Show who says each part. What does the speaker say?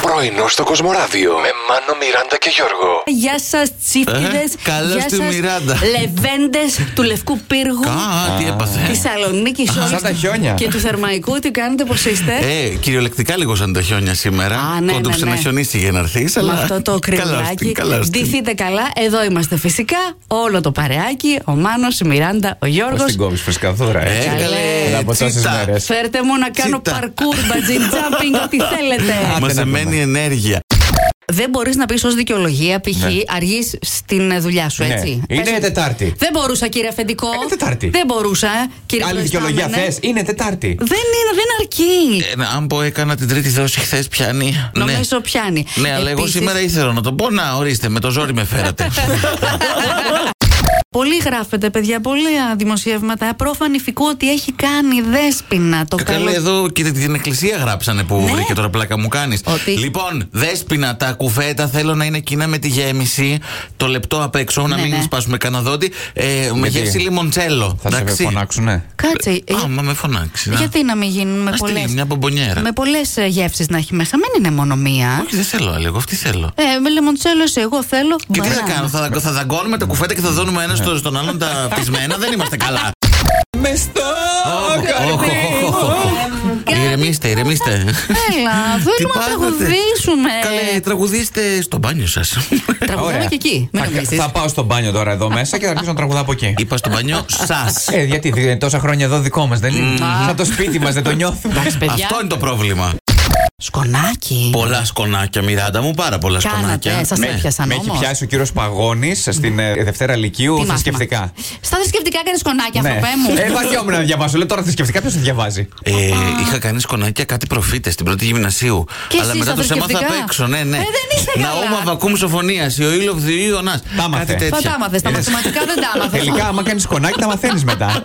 Speaker 1: Πρωινό στο Κοσμοράδιο με Μάνο, Μιράντα και Γιώργο.
Speaker 2: Γεια σας, τσίφτιδες.
Speaker 3: Ε, καλά στη Μιράντα.
Speaker 2: Λεβέντες του Λευκού Πύργου.
Speaker 3: Κάτι
Speaker 2: Τη
Speaker 3: έπαθε.
Speaker 2: Θεσσαλονίκη
Speaker 4: Σαν τα χιόνια.
Speaker 2: Και του Θερμαϊκού, τι κάνετε, πώς είστε.
Speaker 3: Ε, κυριολεκτικά λίγο σαν τα χιόνια σήμερα.
Speaker 2: Α, ναι, ναι,
Speaker 3: Κόντουψε
Speaker 2: ναι.
Speaker 3: να χιονίσει για να έρθεις.
Speaker 2: Με αυτό το κρυβλάκι.
Speaker 3: Καλά, στην.
Speaker 2: Ντυθείτε καλά. Εδώ είμαστε φυσικά. Όλο το παρεάκι. Ο Μάνος, η Μιράντα, ο Γιώργος.
Speaker 4: Πώς την κόβεις φρεσκαδούρα,
Speaker 3: Ε,
Speaker 4: έτσι.
Speaker 2: καλέ,
Speaker 4: Μετά από τόσες
Speaker 3: τσίτα.
Speaker 4: μέρες.
Speaker 2: Φέρτε μου να κάνω
Speaker 3: Τσίτα.
Speaker 2: παρκούρ, μπατζιν τζάμπινγκ, ό,τι θέλετε.
Speaker 3: Μαζεμένη ενέργεια.
Speaker 2: Δεν μπορείς να πεις ως δικαιολογία,
Speaker 3: Ναι.
Speaker 2: π.χ. αργείς στην ε, δουλειά σου,
Speaker 4: Ναι.
Speaker 2: έτσι.
Speaker 4: Είναι
Speaker 2: Πες-
Speaker 4: Τετάρτη.
Speaker 2: Δεν μπορούσα, κύριε Αφεντικό.
Speaker 4: Είναι Τετάρτη.
Speaker 2: Δεν μπορούσα, ε, κύριε
Speaker 4: Άλλη
Speaker 2: Προϊστάμενε.
Speaker 4: δικαιολογία θες, είναι Τετάρτη.
Speaker 2: Δεν είναι, δεν αρκεί.
Speaker 3: Ε, αν πω έκανα την τρίτη δόση χθες, πιάνει.
Speaker 2: Νομίζω πιάνει.
Speaker 3: Ε, Ναι, αλλά εγώ
Speaker 2: Επίσης,
Speaker 3: σήμερα ήθελα να το πω. Να, ορίστε, με το ζόρι με φέρατε.
Speaker 2: Πολύ γράφεται, παιδιά, πολλά δημοσιεύματα. Απρόφανη φυκού ότι έχει κάνει δέσπινα το καλό.
Speaker 3: Καλέ, Ε, εδώ και την εκκλησία γράψανε που
Speaker 2: Ναι.
Speaker 3: βρήκε τώρα πλάκα μου κάνεις.
Speaker 2: Ότι-
Speaker 3: Λοιπόν, δέσπινα τα κουφέτα θέλω να είναι κοινά με τη γέμιση. Το λεπτό απ' έξω, να
Speaker 2: Ναι,
Speaker 3: μην
Speaker 2: ναι.
Speaker 3: σπάσουμε κανένα δόντι. Ε, με
Speaker 4: Γιατί?
Speaker 3: γεύση λιμοντσέλο.
Speaker 4: Θα σε
Speaker 3: εντάξει.
Speaker 4: φωνάξουνε.
Speaker 2: Κάτσε. ε,
Speaker 3: Α, μα με φωνάξεις. να.
Speaker 2: γιατί να μην γίνουν με
Speaker 3: Ας τη
Speaker 2: πολλές.
Speaker 3: λέει, μια μπομπονιέρα.
Speaker 2: Με πολλές γεύσεις να έχει μέσα. Μην είναι μόνο μία.
Speaker 3: Όχι, δεν θέλω άλλη, εγώ αυτή θέλω.
Speaker 2: Ε, με λεμοντσέλο, εσύ, εγώ θέλω.
Speaker 3: Και τι θα
Speaker 2: μπανάνα.
Speaker 3: κάνω, θα, θα δαγκώνουμε τα κουφέτα και θα δώνουμε ένας
Speaker 4: Ναι.
Speaker 3: στο- στον άλλον τα πισμένα, δεν είμαστε καλά.
Speaker 4: Με στο
Speaker 3: Οχ, οχ, οχ, οχ, οχ. Ηρεμήστε, ηρεμήστε.
Speaker 2: Έλα, θέλουμε
Speaker 3: Τι
Speaker 2: να
Speaker 3: πάθατε?
Speaker 2: τραγουδήσουμε.
Speaker 3: Καλέ, τραγουδίστε στο μπάνιο σας.
Speaker 2: Τραγουδάμε
Speaker 4: Ωραία.
Speaker 2: και εκεί. Μην
Speaker 4: Θα-
Speaker 2: νομίζεις.
Speaker 4: Θα πάω στο μπάνιο τώρα εδώ μέσα και θα αρχίσω να τραγουδάω από εκεί.
Speaker 3: Είπα στο μπάνιο σας.
Speaker 4: Ε, γιατί δεν είναι τόσα χρόνια εδώ δικό μας, δεν είναι. Σαν το σπίτι μας, δεν το νιώθουμε.
Speaker 2: Εντάξει, παιδιά.
Speaker 3: Αυτό είναι το πρόβλημα.
Speaker 2: Σκονάκι.
Speaker 3: Πολλά σκονάκια, Μιράντα μου, πάρα πολλά σκονάκια.
Speaker 2: Κάνατε, σας
Speaker 3: Ναι.
Speaker 2: έπιασαν
Speaker 4: Με έχει
Speaker 2: όμως.
Speaker 4: πιάσει ο κύριος Παγώνης στην ε, Δευτέρα Λυκείου
Speaker 2: Τι μάθημα.
Speaker 4: θρησκευτικά.
Speaker 2: Στα θρησκευτικά έκανε σκονάκια,
Speaker 4: Ναι.
Speaker 2: αυτό μου.
Speaker 4: Ε, βαριόμουν να διαβάσω. Λέω τώρα θρησκευτικά ποιος διαβάζει.
Speaker 3: Ε, είχα κάνει σκονάκια κάτι προφήτες στην πρώτη γυμνασίου.
Speaker 2: Και
Speaker 3: αλλά
Speaker 2: εσύ
Speaker 3: μετά
Speaker 2: στα
Speaker 3: του έμαθα απ'
Speaker 2: θρησκευτικά?
Speaker 3: έξω. Ναι, ναι.
Speaker 2: Ε, δεν είστε καλά.
Speaker 3: Ναόμα βακούμ σοφωνία, Ιωήλ Ιωνά.
Speaker 4: Τα μάθε.
Speaker 2: Θα τα μάθες, τα
Speaker 4: Είδες.
Speaker 2: μαθηματικά δεν τα μάθες.
Speaker 4: Τελικά, άμα κάνεις κονάκι, τα μαθαίνεις μετά.